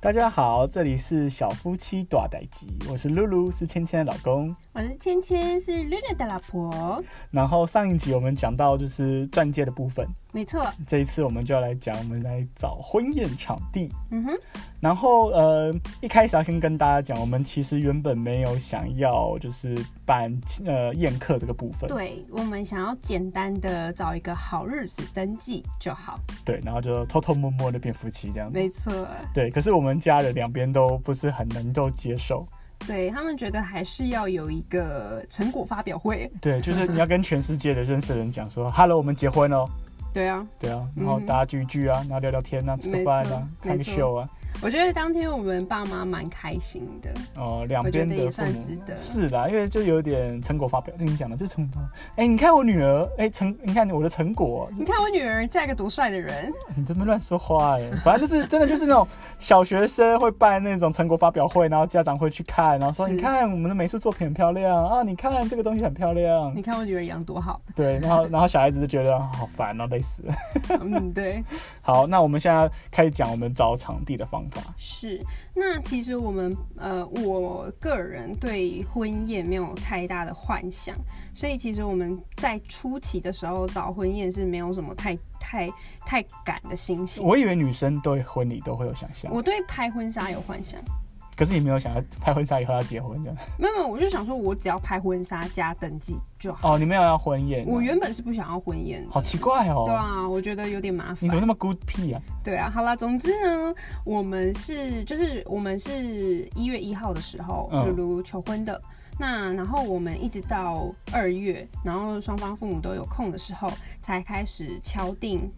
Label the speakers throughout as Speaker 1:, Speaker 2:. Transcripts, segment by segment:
Speaker 1: 大家好，这里是小夫妻大代集，我是露露，是芊芊的老公。
Speaker 2: 我是芊芊，是绿绿的老婆，
Speaker 1: 然后上一集我们讲到就是钻戒的部分，
Speaker 2: 没错。
Speaker 1: 这一次我们就要来讲，我们来找婚宴场地。
Speaker 2: 嗯哼，
Speaker 1: 然后呃，一开始要先跟大家讲，我们其实原本没有想要就是办呃宴客这个部分，
Speaker 2: 对我们想要简单的找一个好日子登记就好，
Speaker 1: 对然后就偷偷摸摸的变夫妻这样子。
Speaker 2: 没错。
Speaker 1: 对，可是我们家人两边都不是很能够接受，
Speaker 2: 对他们觉得还是要有一个成果发表会，
Speaker 1: 对，就是你要跟全世界的认识的人讲说，Hello，我们结婚哦，
Speaker 2: 对啊，
Speaker 1: 对啊，然后
Speaker 2: 嗯
Speaker 1: 大家聚一聚啊，然后聊聊天啊，吃个
Speaker 2: 没
Speaker 1: 饭
Speaker 2: 错
Speaker 1: 啊，看个
Speaker 2: 没错
Speaker 1: 秀啊，
Speaker 2: 我觉得当天我们爸妈蛮开心的，
Speaker 1: 哦，两
Speaker 2: 我觉
Speaker 1: 边
Speaker 2: 得
Speaker 1: 的
Speaker 2: 也
Speaker 1: 父
Speaker 2: 算
Speaker 1: 母
Speaker 2: 值得
Speaker 1: 是啦，因为就有点成果发表，就你讲的，就成果发表。哎、你看我女儿，哎、成，你看我的成果，
Speaker 2: 你看我女儿嫁一个多帅的人，
Speaker 1: 你这么乱说话 哎、反正就是真的就是那种小学生会办那种成果发表会，然后家长会去看，然后说
Speaker 2: 是
Speaker 1: 你看我们的美术作品很漂亮啊，你看这个东西很漂亮
Speaker 2: 你，看我女儿养多好，
Speaker 1: 对，然后然后小孩子就觉得啊好烦哦、累死 了。
Speaker 2: 嗯，对，
Speaker 1: 好，那我们现在开始讲我们找场地的方法。
Speaker 2: 是，那其实我们呃，我个人对婚宴没有太大的幻想，所以其实我们在初期的时候找婚宴是没有什么太太太赶的心情。
Speaker 1: 我以为女生对婚礼都会有想象，
Speaker 2: 我对拍婚纱有幻想，
Speaker 1: 可是你没有想要拍婚纱以后要结婚这样。
Speaker 2: 没有没有，我就想说我只要拍婚纱加登记就好。
Speaker 1: 哦，你没有要婚宴啊、
Speaker 2: 我原本是不想要婚宴的，
Speaker 1: 好奇怪哦。
Speaker 2: 对啊，我觉得有点麻
Speaker 1: 你
Speaker 2: 烦
Speaker 1: 怎么。那么孤僻啊？
Speaker 2: 对啊，好啦，总之呢，我们是就是我们是一月一号的时候，
Speaker 1: 嗯
Speaker 2: 露露求婚的。那然后我们一直到二月，然后双方父母都有空的时候，才开始敲定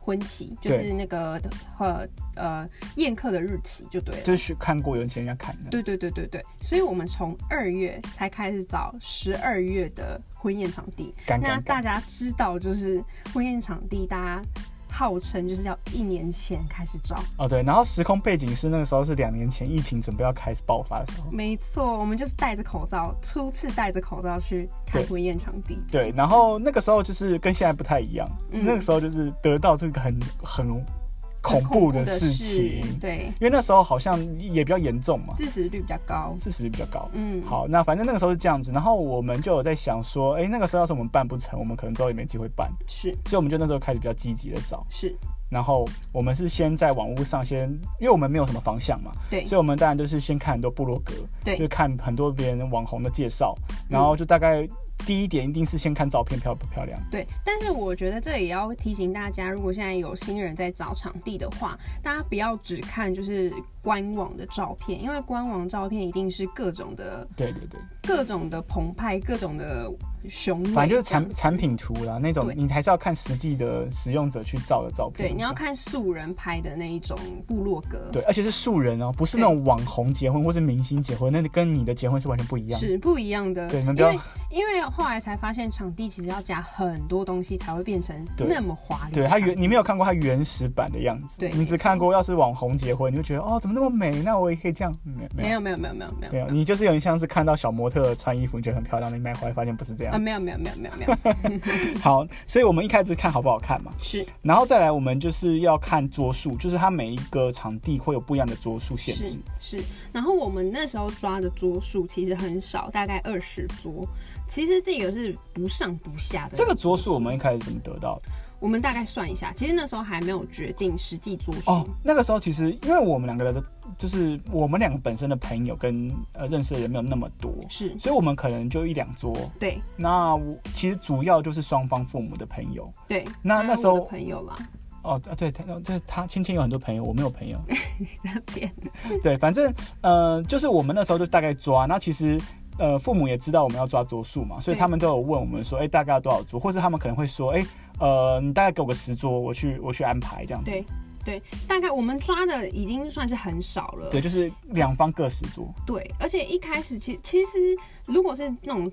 Speaker 2: 婚期，就
Speaker 1: 对
Speaker 2: 是那个呃呃宴客的日期就对了。
Speaker 1: 就是看过有钱人家看的。
Speaker 2: 对对对对对，所以我们从二月才开始找十二月的婚宴场地。
Speaker 1: 干
Speaker 2: 那
Speaker 1: 干
Speaker 2: 大
Speaker 1: 干。
Speaker 2: 家知道，就是婚宴场地，大家号称就是要一年前开始找。
Speaker 1: 哦，对，然后时空背景是那个时候是两年前疫情准备要开始爆发的时候。
Speaker 2: 没错，我们就是戴着口罩，初次戴着口罩去看
Speaker 1: 对
Speaker 2: 婚宴场地。
Speaker 1: 对，然后那个时候就是跟现在不太一样，
Speaker 2: 嗯
Speaker 1: 那个时候就是得到这个很很恐怖的事情，
Speaker 2: 对，
Speaker 1: 因为那时候好像也比较严重嘛，
Speaker 2: 致死率比较高。
Speaker 1: 致死率比较高。
Speaker 2: 嗯，，
Speaker 1: 好，那反正那个时候是这样子，然后我们就有在想说，哎，那个时候要是我们办不成，我们可能之后也没机会办，
Speaker 2: 是
Speaker 1: 所以我们就那时候开始比较积极的找。
Speaker 2: 是，
Speaker 1: 然后我们是先在网络上先，因为我们没有什么方向嘛，
Speaker 2: 对
Speaker 1: 所以我们当然就是先看很多部落格，
Speaker 2: 对嗯
Speaker 1: 就看很多别人网红的介绍，然后就大概第一点一定是先看照片漂不漂亮，
Speaker 2: 对。但是我觉得这也要提醒大家，如果现在有新人在找场地的话，大家不要只看就是官网的照片，因为官网照片一定是各种的、
Speaker 1: 对对对，
Speaker 2: 各种的澎湃、各种的雄伟，
Speaker 1: 反正就是
Speaker 2: 这
Speaker 1: 产
Speaker 2: 样
Speaker 1: 产品图啦那种
Speaker 2: 对，
Speaker 1: 你还是要看实际的使用者去照的照片，
Speaker 2: 对，你要。看素人拍的那一种部落格，
Speaker 1: 对，而且是素人哦，不是那种网红结婚或是明星结婚，那跟你的结婚是完全不一样的。
Speaker 2: 是不一样的。
Speaker 1: 对你们不
Speaker 2: 因
Speaker 1: 要
Speaker 2: 为因为后来才发现，场地其实要加很多东西才会变成
Speaker 1: 对
Speaker 2: 那么华丽的场地。
Speaker 1: 对它原你没有看过它原始版的样子，
Speaker 2: 对
Speaker 1: 你只
Speaker 2: 没错
Speaker 1: 看过要是网红结婚，你就觉得哦怎么那么美，那我也可以这样，嗯没有没有
Speaker 2: 没有没有没有没有没有
Speaker 1: 没有，你就是有点像是看到小模特穿衣服，你觉得很漂亮，你买回来发现不是这
Speaker 2: 啊
Speaker 1: 样。
Speaker 2: 没有没有没有没有没有
Speaker 1: 好，所以我们一开始看好不好看嘛，
Speaker 2: 是
Speaker 1: 然后再来我们就是要看桌数，就是它每一个场地会有不一样的桌数限
Speaker 2: 是
Speaker 1: 制。
Speaker 2: 是。然后我们那时候抓的桌数其实很少，大概二十桌。其实这个是不上不下的。
Speaker 1: 这个桌数我们一开始怎么得到的？
Speaker 2: 我们大概算一下，其实那时候还没有决定实际桌数。
Speaker 1: 哦，那个时候其实因为我们两个的，就是我们两个本身的朋友跟呃认识的人没有那么多，
Speaker 2: 是
Speaker 1: 所以我们可能就一两桌。
Speaker 2: 对
Speaker 1: 那我其实主要就是双方父母的朋友。
Speaker 2: 对。
Speaker 1: 那
Speaker 2: 还有
Speaker 1: 那时候
Speaker 2: 我的朋友啦，
Speaker 1: 哦，啊对，他对他芊芊有很多朋友，我没有朋友。
Speaker 2: 那边
Speaker 1: 对，反正呃，就是我们那时候就大概抓，那其实。呃，父母也知道我们要抓桌数嘛，所以
Speaker 2: 对
Speaker 1: 他们都有问我们说，哎、大概要多少桌，或是他们可能会说，哎、呃，你大概给我个十桌，我去我去安排这样子。
Speaker 2: 对对，大概我们抓的已经算是很少了。
Speaker 1: 对，就是两方各十桌。
Speaker 2: 对，而且一开始其其实如果是那种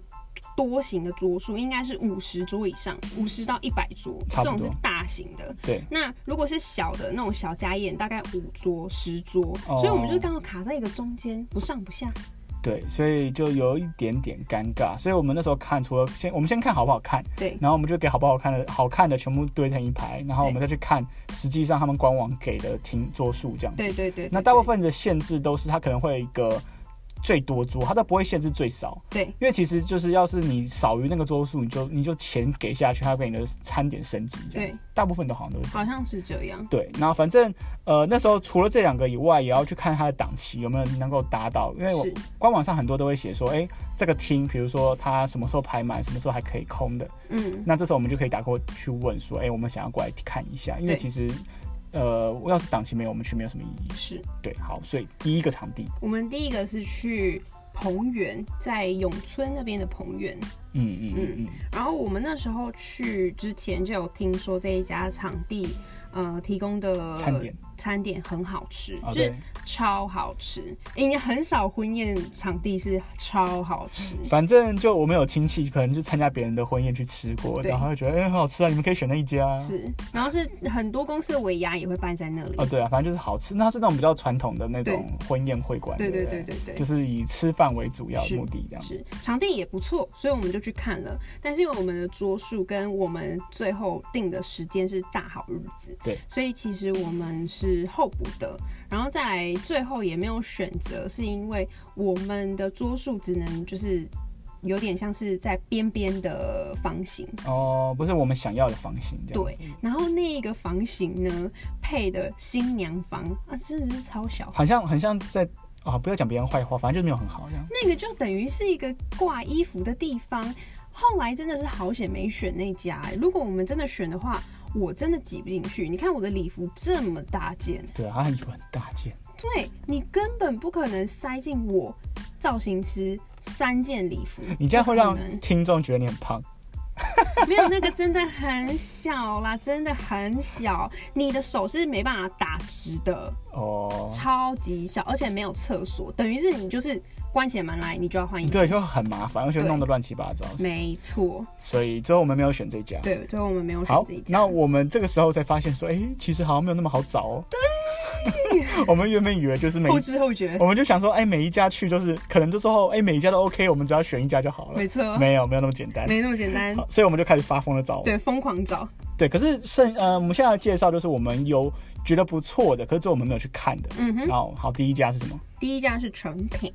Speaker 2: 多型的桌数，应该是五十桌以上，五十到一百桌，
Speaker 1: 差
Speaker 2: 这
Speaker 1: 不多
Speaker 2: 种是大型的。
Speaker 1: 对，
Speaker 2: 那如果是小的那种小家宴，大概五桌、十桌，
Speaker 1: 哦
Speaker 2: 所以我们就是刚好卡在一个中间，不上不下。
Speaker 1: 对，所以就有一点点尴尬。所以我们那时候看，除了先我们先看好不好看，
Speaker 2: 对
Speaker 1: 然后我们就给好不好看的、好看的全部堆成一排，然后我们再去看实际上他们官网给的停桌数这样子。
Speaker 2: 对对对，
Speaker 1: 那
Speaker 2: 对
Speaker 1: 大部分的限制都是它可能会有一个最多桌，它都不会限制最少，
Speaker 2: 对
Speaker 1: 因为其实就是要是你少于那个桌数，你就你就钱给下去，它会给你的餐点升级这样子。
Speaker 2: 对
Speaker 1: 大部分都好像都是这样
Speaker 2: 好像是这样。
Speaker 1: 对，那反正呃那时候除了这两个以外，也要去看它的档期有没有能够达到，因为我
Speaker 2: 是
Speaker 1: 官网上很多都会写说，哎、这个厅，比如说它什么时候排满，什么时候还可以空的，
Speaker 2: 嗯，
Speaker 1: 那这时候我们就可以打过去问说，哎、我们想要过来看一下，因为
Speaker 2: 对
Speaker 1: 其实呃要是档期没有，我们去没有什么意义。
Speaker 2: 是
Speaker 1: 对，好，所以第一个场地，
Speaker 2: 我们第一个是去彭园，在永春那边的彭园。
Speaker 1: 嗯嗯嗯嗯，
Speaker 2: 然后我们那时候去之前就有听说这一家场地，呃，提供的
Speaker 1: 嗯餐点
Speaker 2: 餐点很好吃，
Speaker 1: 啊
Speaker 2: 就是
Speaker 1: 对，
Speaker 2: 超好吃。应该很少婚宴场地是超好吃，
Speaker 1: 反正就我们有亲戚可能就参加别人的婚宴去吃过，
Speaker 2: 对
Speaker 1: 然后就觉得哎、很好吃啊，你们可以选那一家啊。
Speaker 2: 是。然后是很多公司的尾牙也会办在那里，
Speaker 1: 哦，对啊，反正就是好吃。那它是那种比较传统的那种婚宴会馆，
Speaker 2: 对
Speaker 1: 对
Speaker 2: 对
Speaker 1: 不
Speaker 2: 对对对
Speaker 1: 就。是以吃饭为主要
Speaker 2: 是
Speaker 1: 目的这样子。
Speaker 2: 是场地也不错，所以我们就去看了。但是因为我们的桌数跟我们最后定的时间是大好日子，
Speaker 1: 对，
Speaker 2: 所以其实我们是候补的。然后再来最后也没有选择，是因为我们的桌数只能就是有点像是在边边的房型，
Speaker 1: 哦，不是我们想要的房型这样
Speaker 2: 对
Speaker 1: 子。。
Speaker 2: 然后那一个房型呢，配的新娘房啊，真的是超小。
Speaker 1: 好像很像在啊、不要讲别人坏话，反正就没有很好这样。
Speaker 2: 那个就等于是一个挂衣服的地方。后来真的是好险没选那家、欸，如果我们真的选的话，我真的挤不进去。你看我的礼服这么大件，
Speaker 1: 对啊，它衣服很大件，
Speaker 2: 对你根本不可能塞进我造型师三件礼服。
Speaker 1: 你这样会让
Speaker 2: 不可能
Speaker 1: 听众觉得你很胖。
Speaker 2: 没有那个真的很小啦，真的很小，你的手是没办法打直的，
Speaker 1: 哦，
Speaker 2: 超级小，而且没有厕所，等于是你就是关起门来你就要换衣服。
Speaker 1: 对，就很麻烦，而且
Speaker 2: 对
Speaker 1: 弄得乱七八糟。
Speaker 2: 没错，
Speaker 1: 所以最后我们没有选这家。
Speaker 2: 对，所以我们没有选
Speaker 1: 好
Speaker 2: 这一，家。
Speaker 1: 那我们这个时候才发现说，哎、其实好像没有那么好找哦。对， 我们原本以为就是每一
Speaker 2: 后知后觉，
Speaker 1: 我们就想说，哎、每一家去就是可能就说哦，哎、每一家都 OK，我们只要选一家就好了。
Speaker 2: 没错，
Speaker 1: 没有，没有那么简单。
Speaker 2: 没那么简单。
Speaker 1: 哦好所以我们就开始发疯的找。
Speaker 2: 对，疯狂找，
Speaker 1: 对，可是剩呃，我们现在要介绍就是我们有觉得不错的，可是最后我们没有去看的。
Speaker 2: 嗯哼。
Speaker 1: 然后好，第一家是什么？
Speaker 2: 第一家是成品，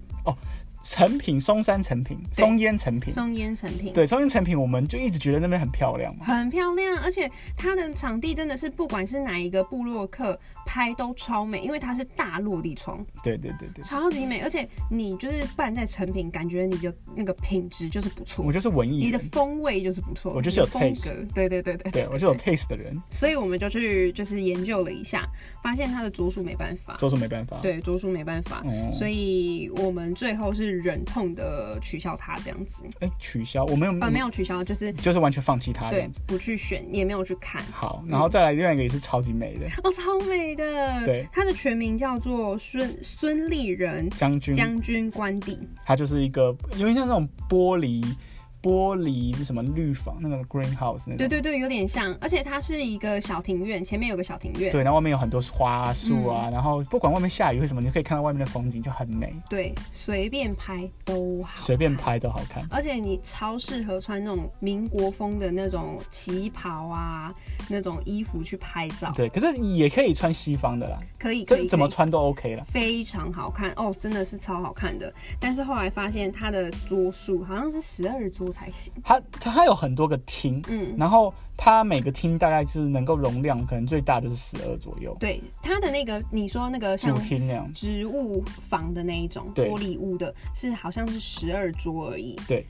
Speaker 1: 成品松山成品，
Speaker 2: 对
Speaker 1: 松烟成品。
Speaker 2: 松烟成品，
Speaker 1: 对，松烟成品，我们就一直觉得那边很漂亮嘛。
Speaker 2: 很漂亮，而且它的场地真的是不管是哪一个部落客拍都超美，因为它是大落地窗，
Speaker 1: 对对对对，
Speaker 2: 超级美，而且你就是办在成品，感觉你的那个品质就是不错
Speaker 1: 我，就是文艺
Speaker 2: 你的
Speaker 1: 人，
Speaker 2: 风味就是不错，
Speaker 1: 我就是有
Speaker 2: 你的风
Speaker 1: taste
Speaker 2: 格，对对对对
Speaker 1: 对我就是有 taste 的人，
Speaker 2: 所以我们就去就是研究了一下，发现它的桌数没办法，
Speaker 1: 做出没办法。，
Speaker 2: 对桌数没办法，
Speaker 1: 哦，
Speaker 2: 所以我们最后是忍痛的取消它这样子，
Speaker 1: 哎、取消，我们有、
Speaker 2: 啊，没有取消，就是
Speaker 1: 就是完全放弃它这
Speaker 2: 对
Speaker 1: 样子。
Speaker 2: 不去选，也没有去看。
Speaker 1: 好，然后再来另外一个也是超级美的
Speaker 2: 哦，超美的。
Speaker 1: 对，
Speaker 2: 它的全名叫做孙孙立人
Speaker 1: 将军
Speaker 2: 将军官邸。
Speaker 1: 它就是一个有点像那种玻璃玻璃什么绿房那个 greenhouse 那种，
Speaker 2: 对对对，有点像，而且它是一个小庭院，前面有个小庭院。
Speaker 1: 对然后外面有很多花树
Speaker 2: 嗯
Speaker 1: 啊，然后不管外面下雨或什么，你可以看到外面的风景就很美，
Speaker 2: 对，随便拍都好，
Speaker 1: 随便。拍都好看。
Speaker 2: 而且你超适合穿那种民国风的那种旗袍啊，那种衣服去拍照，
Speaker 1: 对，可是也可以穿西方的啦，
Speaker 2: 可以
Speaker 1: 就
Speaker 2: 可以。
Speaker 1: 是怎么
Speaker 2: 可以
Speaker 1: 穿都 OK 啦。
Speaker 2: 非常好看哦，真的是超好看的。但是后来发现它的桌数好像是十二桌才行。
Speaker 1: 它它它有很多个厅，
Speaker 2: 嗯，
Speaker 1: 然后它每个厅大概就是能够容量可能最大就是十二左右，
Speaker 2: 对，它的那个你说那个
Speaker 1: 主
Speaker 2: 像
Speaker 1: 厅那样。
Speaker 2: 植物房的那一种
Speaker 1: 对
Speaker 2: 玻璃屋的，是好像是十二桌而已。
Speaker 1: 对。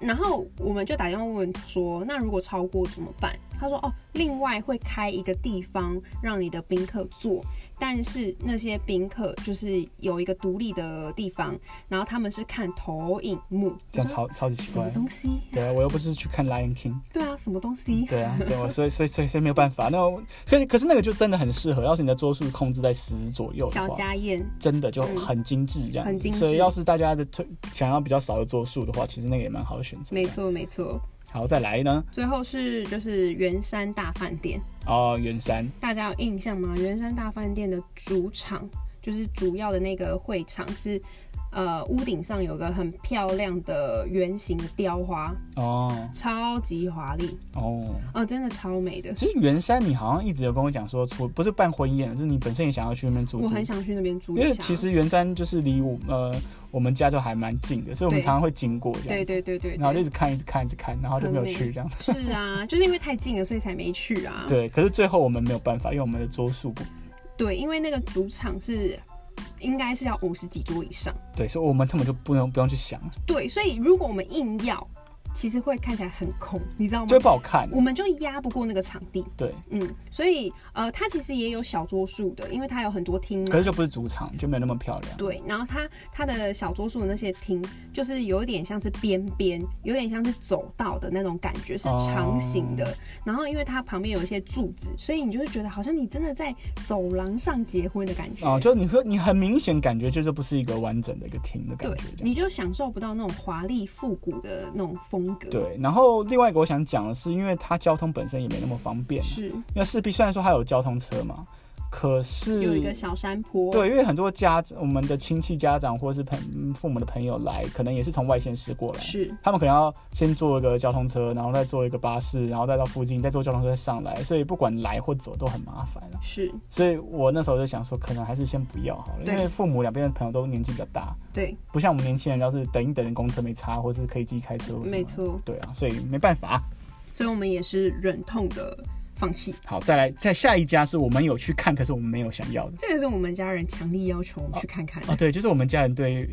Speaker 2: 然后我们就打电话问说，那如果超过怎么办？他说哦，另外会开一个地方让你的宾客坐，但是那些宾客就是有一个独立的地方，然后他们是看投影幕，
Speaker 1: 这样
Speaker 2: 我说
Speaker 1: 超超级奇
Speaker 2: 什么
Speaker 1: 怪，
Speaker 2: 东西？
Speaker 1: 对啊，我又不是去看 Lion King，
Speaker 2: 对啊，什么东西？
Speaker 1: 对啊，对我所以所以所以所以没有办法。那我可是可是那个就真的很适合，要是你的桌数控制在十左右的
Speaker 2: 小
Speaker 1: 话，
Speaker 2: 家宴，
Speaker 1: 真的就很精致这样子。
Speaker 2: 很精致
Speaker 1: 所以要是大家的推想要比较少的桌数的话，其实那个也蛮好的选择。
Speaker 2: 没。错没错。
Speaker 1: 好，再来呢？
Speaker 2: 最后是就是圆山大饭店。
Speaker 1: 哦，圆山
Speaker 2: 大家有印象吗？圆山大饭店的主场就是主要的那个会场是呃屋顶上有个很漂亮的圆形的雕花，
Speaker 1: 哦
Speaker 2: 超级华丽
Speaker 1: 哦。
Speaker 2: 哦，真的超美的。
Speaker 1: 其实圆山，你好像一直有跟我讲说，除不是办婚宴，就是你本身也想要去那边住住。
Speaker 2: 我很想去那边住
Speaker 1: 因
Speaker 2: 一
Speaker 1: 为
Speaker 2: 下。
Speaker 1: 其实圆山就是离我呃我们家就还蛮近的，所以我们
Speaker 2: 对
Speaker 1: 常常会经过这样。
Speaker 2: 对对对对
Speaker 1: 然后就一
Speaker 2: 对，
Speaker 1: 直看，一直看，一直看，然后就没有去这样。
Speaker 2: 是 啊，就是因为太近了，所以才没去啊。
Speaker 1: 对，可是最后我们没有办法，因为我们的桌数不
Speaker 2: 对，因为那个主场是应该是要五十几桌以上。
Speaker 1: 对，所以我们根本就不能不用去想，
Speaker 2: 对，所以如果我们硬要，其实会看起来很空，你知道
Speaker 1: 就会
Speaker 2: 吗？
Speaker 1: 不好看。
Speaker 2: 我们就压不过那个场地，
Speaker 1: 对，
Speaker 2: 嗯，所以呃，它其实也有小桌数的，因为它有很多厅
Speaker 1: 可
Speaker 2: 嘛
Speaker 1: 是，就不是主场，就没有那么漂亮。
Speaker 2: 嗯对，然后它它的小桌数的那些厅，就是有一点像是边边，有点像是走道的那种感觉，是
Speaker 1: 哦
Speaker 2: 长形的。然后因为它旁边有一些柱子，所以你就会觉得好像你真的在走廊上结婚的感觉。
Speaker 1: 哦，就你会你很明显感觉就是不是一个完整的一个厅的感
Speaker 2: 对
Speaker 1: 觉，这样。
Speaker 2: 你就享受不到那种华丽复古的那种风格。，
Speaker 1: 对，然后另外一个我想讲的是，因为它交通本身也没那么方便嘛，
Speaker 2: 是
Speaker 1: 因为势必虽然说它有交通车嘛，可是
Speaker 2: 有一个小山坡。
Speaker 1: 对，因为很多家长我们的亲戚家长或是朋嗯父母的朋友来，可能也是从外县市过来，
Speaker 2: 是
Speaker 1: 他们可能要先坐一个交通车，然后再坐一个巴士，然后再到附近，再坐交通车再上来，所以不管来或走都很麻烦啊。
Speaker 2: 是，
Speaker 1: 所以我那时候就想说，可能还是先不要好了，因
Speaker 2: 对
Speaker 1: 为父母两边的朋友都年纪比较大，
Speaker 2: 对，
Speaker 1: 不像我们年轻人，要是等一等公车没差，或是可以自己开车或什么，
Speaker 2: 没，错。
Speaker 1: 对啊，所以没办法。
Speaker 2: 所以我们也是忍痛的放弃。
Speaker 1: 好，再来，再下一家是我们有去看，可是我们没有想要的。
Speaker 2: 这个是我们家人强力要求我们去看看，
Speaker 1: 哦，对，就是我们家人对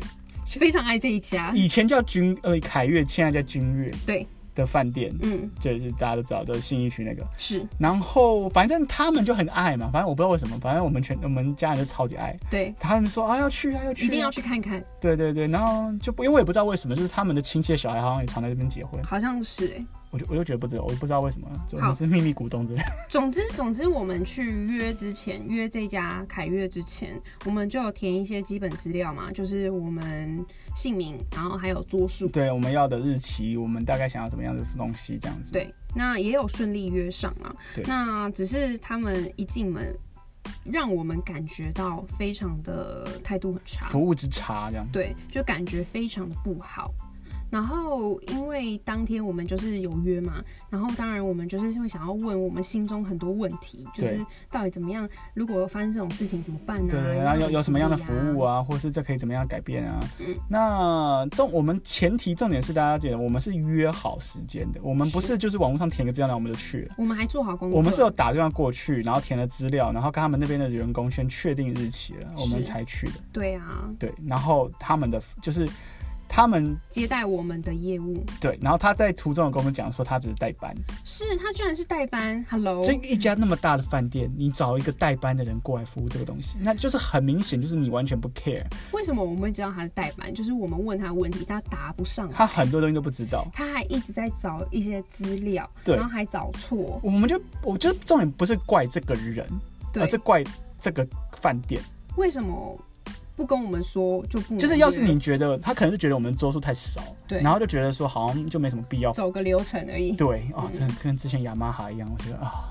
Speaker 2: 非常爱这一家。
Speaker 1: 以前叫君呃凯悦，现在叫君悦
Speaker 2: 对，
Speaker 1: 的饭店，
Speaker 2: 嗯，
Speaker 1: 就是大家都知道，就是信义区那个。
Speaker 2: 是
Speaker 1: 然后反正他们就很爱嘛，反正我不知道为什么，反正我们全我们家人就超级爱，
Speaker 2: 对，
Speaker 1: 他们说啊要去啊要去啊，
Speaker 2: 一定要去看看，
Speaker 1: 对对对，然后就不因为我也不知道为什么，就是他们的亲戚的小孩好像也常在这边结婚，
Speaker 2: 好像是哎、
Speaker 1: 我就我就觉得不知道，我不知道为什么，就我
Speaker 2: 好
Speaker 1: 们是秘密股东之类的。
Speaker 2: 总之，总之，我们去约之前，约这家凯悦之前，我们就有填一些基本资料嘛，就是我们姓名，然后还有桌数。
Speaker 1: 对，我们要的日期，我们大概想要怎么样的东西这样子。，
Speaker 2: 对，那也有顺利约上啊
Speaker 1: 对。
Speaker 2: 那只是他们一进门，让我们感觉到非常的态度很差。
Speaker 1: 服务之差这样。
Speaker 2: 对，就感觉非常的不好。然后因为当天我们就是有约嘛，然后当然我们就是会想要问我们心中很多问题，就是
Speaker 1: 对
Speaker 2: 到底怎么样，如果发生这种事情怎么办呢、
Speaker 1: 对
Speaker 2: 啊？
Speaker 1: 对，然后嗯有有什么样的服务
Speaker 2: 啊？
Speaker 1: 啊，或是这可以怎么样改变啊？
Speaker 2: 嗯
Speaker 1: 那重我们前提重点是大家觉得我们是约好时间的，我们不是就是网络上填个资料，然后我们就去了。
Speaker 2: 我们还做好功课，
Speaker 1: 我们是有打电话过去，然后填了资料，然后跟他们那边的员工先确定日期了，我们
Speaker 2: 是
Speaker 1: 才去的。
Speaker 2: 对啊，
Speaker 1: 对，然后他们的就是他们
Speaker 2: 接待我们的业务
Speaker 1: 对，然后他在途中有跟我们讲说他只是代班，
Speaker 2: 是他居然是代班，Hello，
Speaker 1: 所以一家那么大的饭店，你找一个代班的人过来服务这个东西，那就是很明显就是你完全不 care，
Speaker 2: 为什么我们会知道他是代班？就是我们问他问题，他答不上来，
Speaker 1: 他很多东西都不知道。
Speaker 2: 他还一直在找一些资料，
Speaker 1: 对
Speaker 2: 然后还找错，
Speaker 1: 我们就我觉得重点不是怪这个人，
Speaker 2: 对
Speaker 1: 而，是怪这个饭店。
Speaker 2: 为什么不跟我们说就不能约？
Speaker 1: 就是要是你觉得他可能是觉得我们桌数太少，
Speaker 2: 嗯对
Speaker 1: 然后就觉得说好像就没什么必要。
Speaker 2: 走个流程而已，
Speaker 1: 对哦，
Speaker 2: 嗯
Speaker 1: 真的跟之前雅马哈一样，我觉得啊，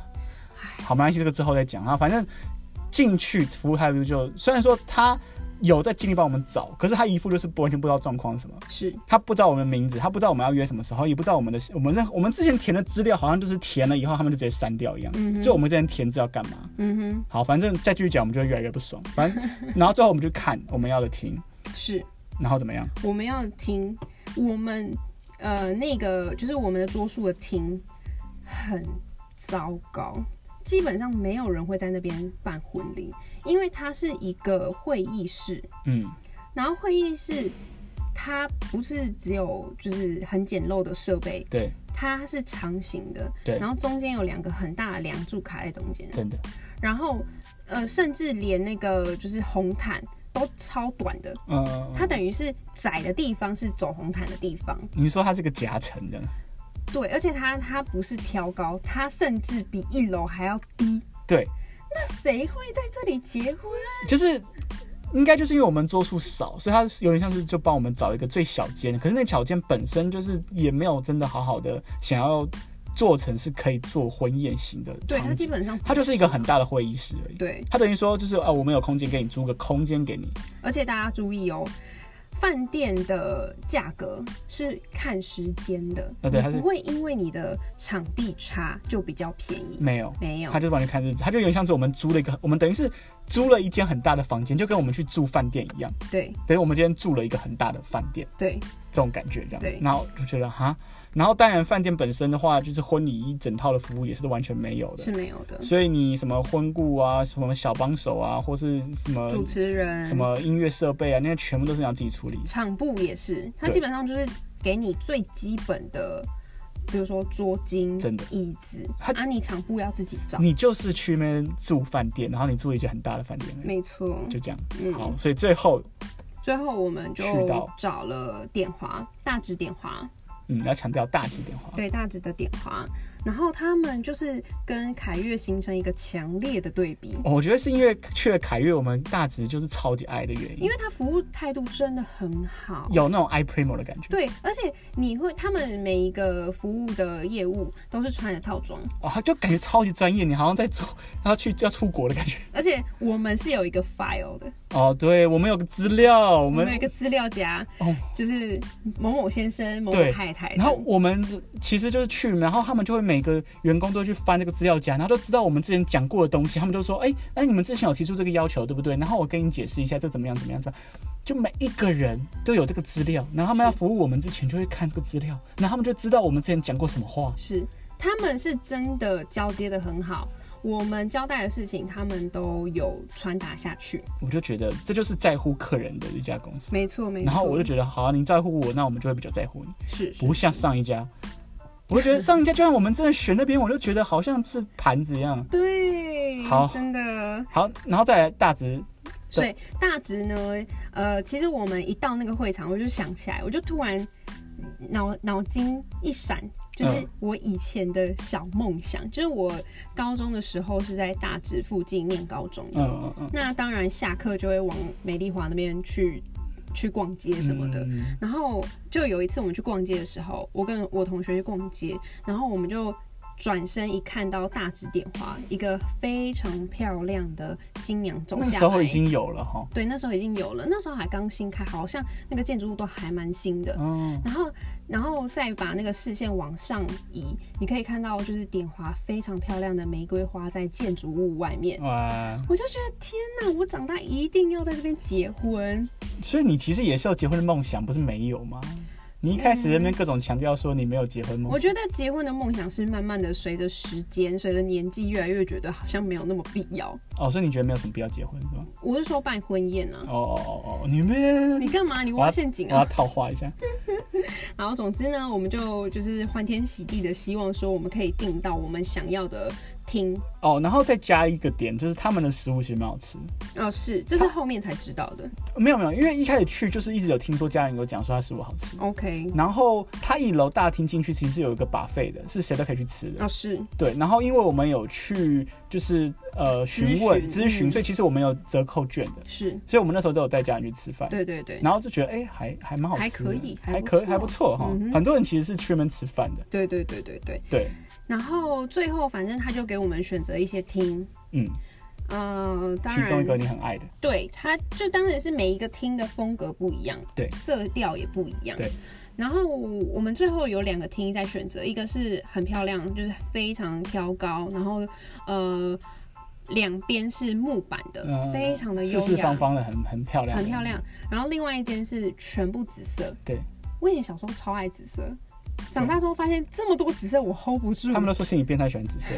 Speaker 1: 好，没关系，这个之后再讲啊。反正进去服务态度就虽然说他有在尽力帮我们找，可是他一副就是不完全不知道状况是什么。
Speaker 2: 是
Speaker 1: 他不知道我们的名字，他不知道我们要约什么时候，也不知道我们的我们任我们之前填的资料好像就是填了以后他们就直接删掉一样。
Speaker 2: 嗯哼
Speaker 1: 就我们之前填资料干嘛？
Speaker 2: 嗯
Speaker 1: 好，反正再继续讲，我们就会越来越不爽。反 正，然后最后我们就看我们要的停，
Speaker 2: 哼，是
Speaker 1: 然后怎么样？
Speaker 2: 我们要听我们呃那个就是我们的桌数的听很糟糕，基本上没有人会在那边办婚礼，因为它是一个会议室，
Speaker 1: 嗯，
Speaker 2: 然后会议室。它不是只有就是很简陋的设备，
Speaker 1: 对，
Speaker 2: 它是长形的，
Speaker 1: 对
Speaker 2: 然后中间有两个很大的梁柱卡在中间，
Speaker 1: 真 的
Speaker 2: 然后呃，甚至连那个就是红毯都超短的，
Speaker 1: 嗯，
Speaker 2: 它等于是窄的地方是走红毯的地方，
Speaker 1: 你说它是个夹层的，
Speaker 2: 对，而且它它不是挑高，它甚至比一楼还要低，
Speaker 1: 对，
Speaker 2: 那谁会在这里结婚？啊
Speaker 1: 就是应该就是因为我们桌数少，所以它有点像是就帮我们找一个最小间，可是那小间本身就是也没有真的好好的想要做成是可以做婚宴型的
Speaker 2: 对，它
Speaker 1: 场
Speaker 2: 基
Speaker 1: 景，
Speaker 2: 本上不
Speaker 1: 它就是一个很大的会议室而已。
Speaker 2: 对，
Speaker 1: 呃它等于说就是啊，我们有空间给你租个空间给你，
Speaker 2: 而且大家注意哦。饭店的价格是看时间的，
Speaker 1: 啊对它是
Speaker 2: 你不会因为你的场地差就比较便宜，
Speaker 1: 没有，
Speaker 2: 没有
Speaker 1: 他，就是帮你看日子，他就有点像是我们租了一个，我们等于是租了一间很大的房间，就跟我们去住饭店一样，
Speaker 2: 对
Speaker 1: 等于我们今天住了一个很大的饭店。
Speaker 2: 对
Speaker 1: 这种感觉这样。
Speaker 2: 对
Speaker 1: 然后就觉得哈，然后当然饭店本身的话，就是婚礼一整套的服务也是完全没有
Speaker 2: 是
Speaker 1: 的。
Speaker 2: 没有的。
Speaker 1: 所以你什么婚顾啊，什么小帮手啊，或是什么
Speaker 2: 主持人
Speaker 1: 什么音乐设备啊，那些全部都是你要自己处理。
Speaker 2: 场部也是，它
Speaker 1: 对
Speaker 2: 基本上就是给你最基本的，比如说桌巾、
Speaker 1: 真的
Speaker 2: 椅子，
Speaker 1: 它
Speaker 2: 啊，你场部要自己找，
Speaker 1: 你就是去那边住饭店，然后你住一间很大的饭店而已，
Speaker 2: 没错。
Speaker 1: 就这样。好
Speaker 2: 嗯，，
Speaker 1: 所以最后，
Speaker 2: 最后我们就
Speaker 1: 去到
Speaker 2: 找了点华，大直点华，
Speaker 1: 嗯，要强调大几点话。
Speaker 2: 对，大直的点华。然后他们就是跟凯悦形成一个强烈的对比，
Speaker 1: 哦我觉得是因为去了凯悦，我们大直就是超级爱的原因
Speaker 2: 因为，他服务态度真的很好。
Speaker 1: 有那种 i primo 的感觉。
Speaker 2: 对，而且你会，他们每一个服务的业务都是穿着套装，
Speaker 1: 哦，他就感觉超级专业，你好像在走，然后去要出国的感觉。
Speaker 2: 而且我们是有一个 file 的，
Speaker 1: 哦，对，我们有个资料，我
Speaker 2: 我
Speaker 1: 们
Speaker 2: 们有一个资料夹，
Speaker 1: 哦
Speaker 2: 就是某某先生、某
Speaker 1: 对
Speaker 2: 某太太，
Speaker 1: 然后我们其实就是去，然后他们就会每个员工都会去翻这个资料夹，然后都知道我们之前讲过的东西，他们就说，哎，那你们之前有提出这个要求，对不对？然后我跟你解释一下这怎么样，怎么样，怎么样。就每一个人都有这个资料，然后他们要服务我们之前就会看这个资料，然后他们就知道我们之前讲过什么话。
Speaker 2: 是他们是真的交接的很好，我们交代的事情他们都有传达下去，
Speaker 1: 我就觉得这就是在乎客人的一家公司。
Speaker 2: 没错没错。
Speaker 1: 然后我就觉得，好、啊，你在乎我，那我们就会比较在乎你。
Speaker 2: 是是
Speaker 1: 不像上一家，我就觉得上一家就像我们真的选那边，我就觉得好像是盘子一样。
Speaker 2: 对，
Speaker 1: 好
Speaker 2: 真的。
Speaker 1: 好，然后再来大直，
Speaker 2: 所以大直呢，呃，其实我们一到那个会场，我就想起来，我就突然脑脑筋一闪，就是
Speaker 1: 嗯
Speaker 2: 我以前的小梦想，就是我高中的时候是在大直附近念高中的，
Speaker 1: 嗯嗯嗯，
Speaker 2: 那当然下课就会往美丽华那边去去逛街什么的。
Speaker 1: 嗯
Speaker 2: 然后就有一次我们去逛街的时候，我跟我同学去逛街，然后我们就转身一看到大直点花，一个非常漂亮的新娘走
Speaker 1: 那个
Speaker 2: 下
Speaker 1: 时候
Speaker 2: 来
Speaker 1: 已。经有了哈，
Speaker 2: 对，那时候已经有了，那时候还刚新开，好像那个建筑物都还蛮新的。
Speaker 1: 嗯，
Speaker 2: 然后，然后再把那个视线往上移，你可以看到就是点华非常漂亮的玫瑰花在建筑物外面。
Speaker 1: 嗯哇，
Speaker 2: 我就觉得天哪，我长大一定要在这边结婚。
Speaker 1: 所以你其实也是有结婚的梦想，不是没有吗？你一开始在那边各种强调说你没有结婚梦
Speaker 2: 我
Speaker 1: 想，
Speaker 2: 觉得结婚的梦想是慢慢的随着时间、随着年纪越来越觉得好像没有那么必要。
Speaker 1: 哦，所以你觉得没有什么必要结婚是吧？
Speaker 2: 我是说办婚宴啊，
Speaker 1: 哦哦哦哦，你们
Speaker 2: 你干嘛？你
Speaker 1: 我
Speaker 2: 挖
Speaker 1: 要
Speaker 2: 陷阱
Speaker 1: 我要
Speaker 2: 啊！
Speaker 1: 套话一下，
Speaker 2: 然后总之呢，我们就就是欢天喜地的希望说我们可以订到我们想要的厅。
Speaker 1: 哦，然后再加一个点，就是他们的食物其实蛮好吃，
Speaker 2: 哦，是，这是后面才知道的。
Speaker 1: 没有没有，因为一开始去就是一直有听说家人有讲说他食物好吃，
Speaker 2: OK，
Speaker 1: 然后它一楼大厅进去其实是有一个 buffet 的，是谁都可以去吃的。
Speaker 2: 哦是，
Speaker 1: 对，然后因为我们有去就是呃询问
Speaker 2: 咨
Speaker 1: 咨
Speaker 2: 询
Speaker 1: 询，
Speaker 2: 嗯
Speaker 1: 所以其实我们有折扣券的，
Speaker 2: 是，
Speaker 1: 所以我们那时候都有带家人去吃饭。
Speaker 2: 对对对，
Speaker 1: 然后就觉得哎、还还蛮好吃的，
Speaker 2: 还可以
Speaker 1: 还
Speaker 2: 还不
Speaker 1: 可
Speaker 2: 错
Speaker 1: 还不错哈、
Speaker 2: 嗯哼
Speaker 1: 很多人其实是去那边吃饭的，
Speaker 2: 对对对对对。
Speaker 1: 对，
Speaker 2: 然后最后反正他就给我们选择一些厅，
Speaker 1: 嗯，
Speaker 2: 呃，当
Speaker 1: 其
Speaker 2: 然
Speaker 1: 中一个你很爱的，
Speaker 2: 对，它就当然是每一个厅的风格不一样，
Speaker 1: 对
Speaker 2: 色调也不一样，
Speaker 1: 对。
Speaker 2: 然后我们最后有两个厅在选择，一个是很漂亮，就是非常挑高，然后呃两边是木板的，
Speaker 1: 嗯、
Speaker 2: 非常的优
Speaker 1: 四四
Speaker 2: 雅，
Speaker 1: 方方的，很很漂亮，
Speaker 2: 很漂亮。。然后另外一间是全部紫色，
Speaker 1: 对，
Speaker 2: 我以前小时候超爱紫色。长大之后发现这么多紫色我 hold 不住，
Speaker 1: 他们都说心理变态喜欢紫色，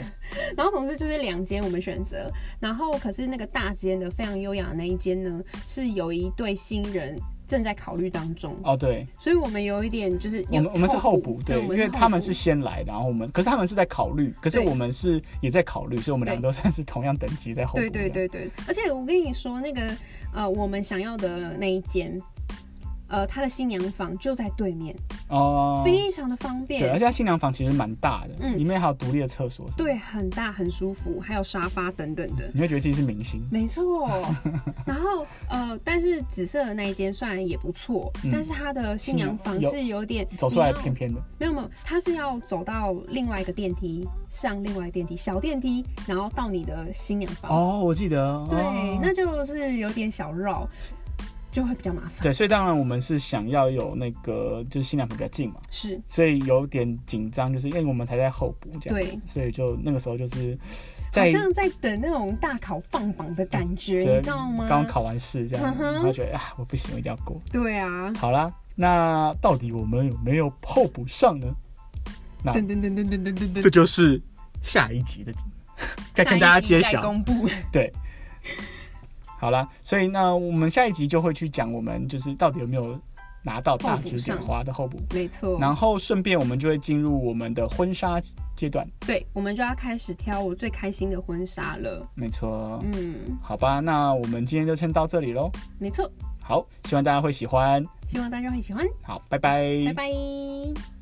Speaker 2: 然后总之就是两间我们选择，然后可是那个大间的非常优雅的那一间呢，是有一对新人正在考虑当中，
Speaker 1: 哦对，
Speaker 2: 所以我们有一点就是
Speaker 1: 我们我们是后补，对，
Speaker 2: 我
Speaker 1: 因
Speaker 2: 们是
Speaker 1: 为
Speaker 2: 候补
Speaker 1: 他们是先来，然后我们，可是他们是在考虑，可是
Speaker 2: 对
Speaker 1: 我们是也在考虑，所以我们两个
Speaker 2: 对
Speaker 1: 都算是同样等级在后补。
Speaker 2: 对对，对对，而且我跟你说那个呃，我们想要的那一间。呃，他的新娘房就在对面，
Speaker 1: 哦，
Speaker 2: 非常的方
Speaker 1: 对，而且
Speaker 2: 便，
Speaker 1: 它新娘房其实蛮大的，
Speaker 2: 嗯
Speaker 1: 里面还有独立的厕所，
Speaker 2: 对，，很大很舒服，还有沙发等等的，
Speaker 1: 你会觉得自己是明星，
Speaker 2: 没错。然后呃，但是紫色的那一间虽然也不错，
Speaker 1: 嗯
Speaker 2: 但是它的新娘房
Speaker 1: 有
Speaker 2: 是有点
Speaker 1: 走出来
Speaker 2: 你要
Speaker 1: 偏偏的，
Speaker 2: 没有没有，他是要走到另外一个电梯，上另外一个电梯，小电梯，然后
Speaker 1: 哦
Speaker 2: 到你的新娘房。
Speaker 1: 哦，我记得，
Speaker 2: 对，
Speaker 1: 哦
Speaker 2: 那就是有点小绕。就会比较麻烦。
Speaker 1: 对，所以当然我们是想要有那个，就是新娘盆比较近嘛，
Speaker 2: 是，
Speaker 1: 所以有点紧张，就是因为我们才在候补这样，
Speaker 2: 对，
Speaker 1: 所以就那个时候就是
Speaker 2: 好
Speaker 1: 在
Speaker 2: 像在等那种大考放榜的感觉，
Speaker 1: 对
Speaker 2: 你知道吗？
Speaker 1: 刚考完试这样，
Speaker 2: 啊嗯哼
Speaker 1: 然后觉得啊，我不行，我一定要过。
Speaker 2: 对啊，
Speaker 1: 好啦，那到底我们有没有候补上呢？啊
Speaker 2: 噔噔噔噔噔噔噔
Speaker 1: 这
Speaker 2: 噔，
Speaker 1: 就是下一集的，再跟大家揭
Speaker 2: 下一集
Speaker 1: 晓。
Speaker 2: 再公布。
Speaker 1: 好啦，所以那我们下一集就会去讲我们就是到底有没有拿到大
Speaker 2: 候补
Speaker 1: 学
Speaker 2: 上哦
Speaker 1: 点花的候补，
Speaker 2: 没错，
Speaker 1: 然后顺便我们就会进入我们的婚纱阶段。
Speaker 2: 对，我们就要开始挑我最开心的婚纱了。
Speaker 1: 没错，
Speaker 2: 嗯，
Speaker 1: 好吧，那我们今天就先到这里喽。
Speaker 2: 没错，
Speaker 1: 好，希望大家会喜欢。
Speaker 2: 希望大家会喜欢，
Speaker 1: 嗯好，拜拜
Speaker 2: 拜拜。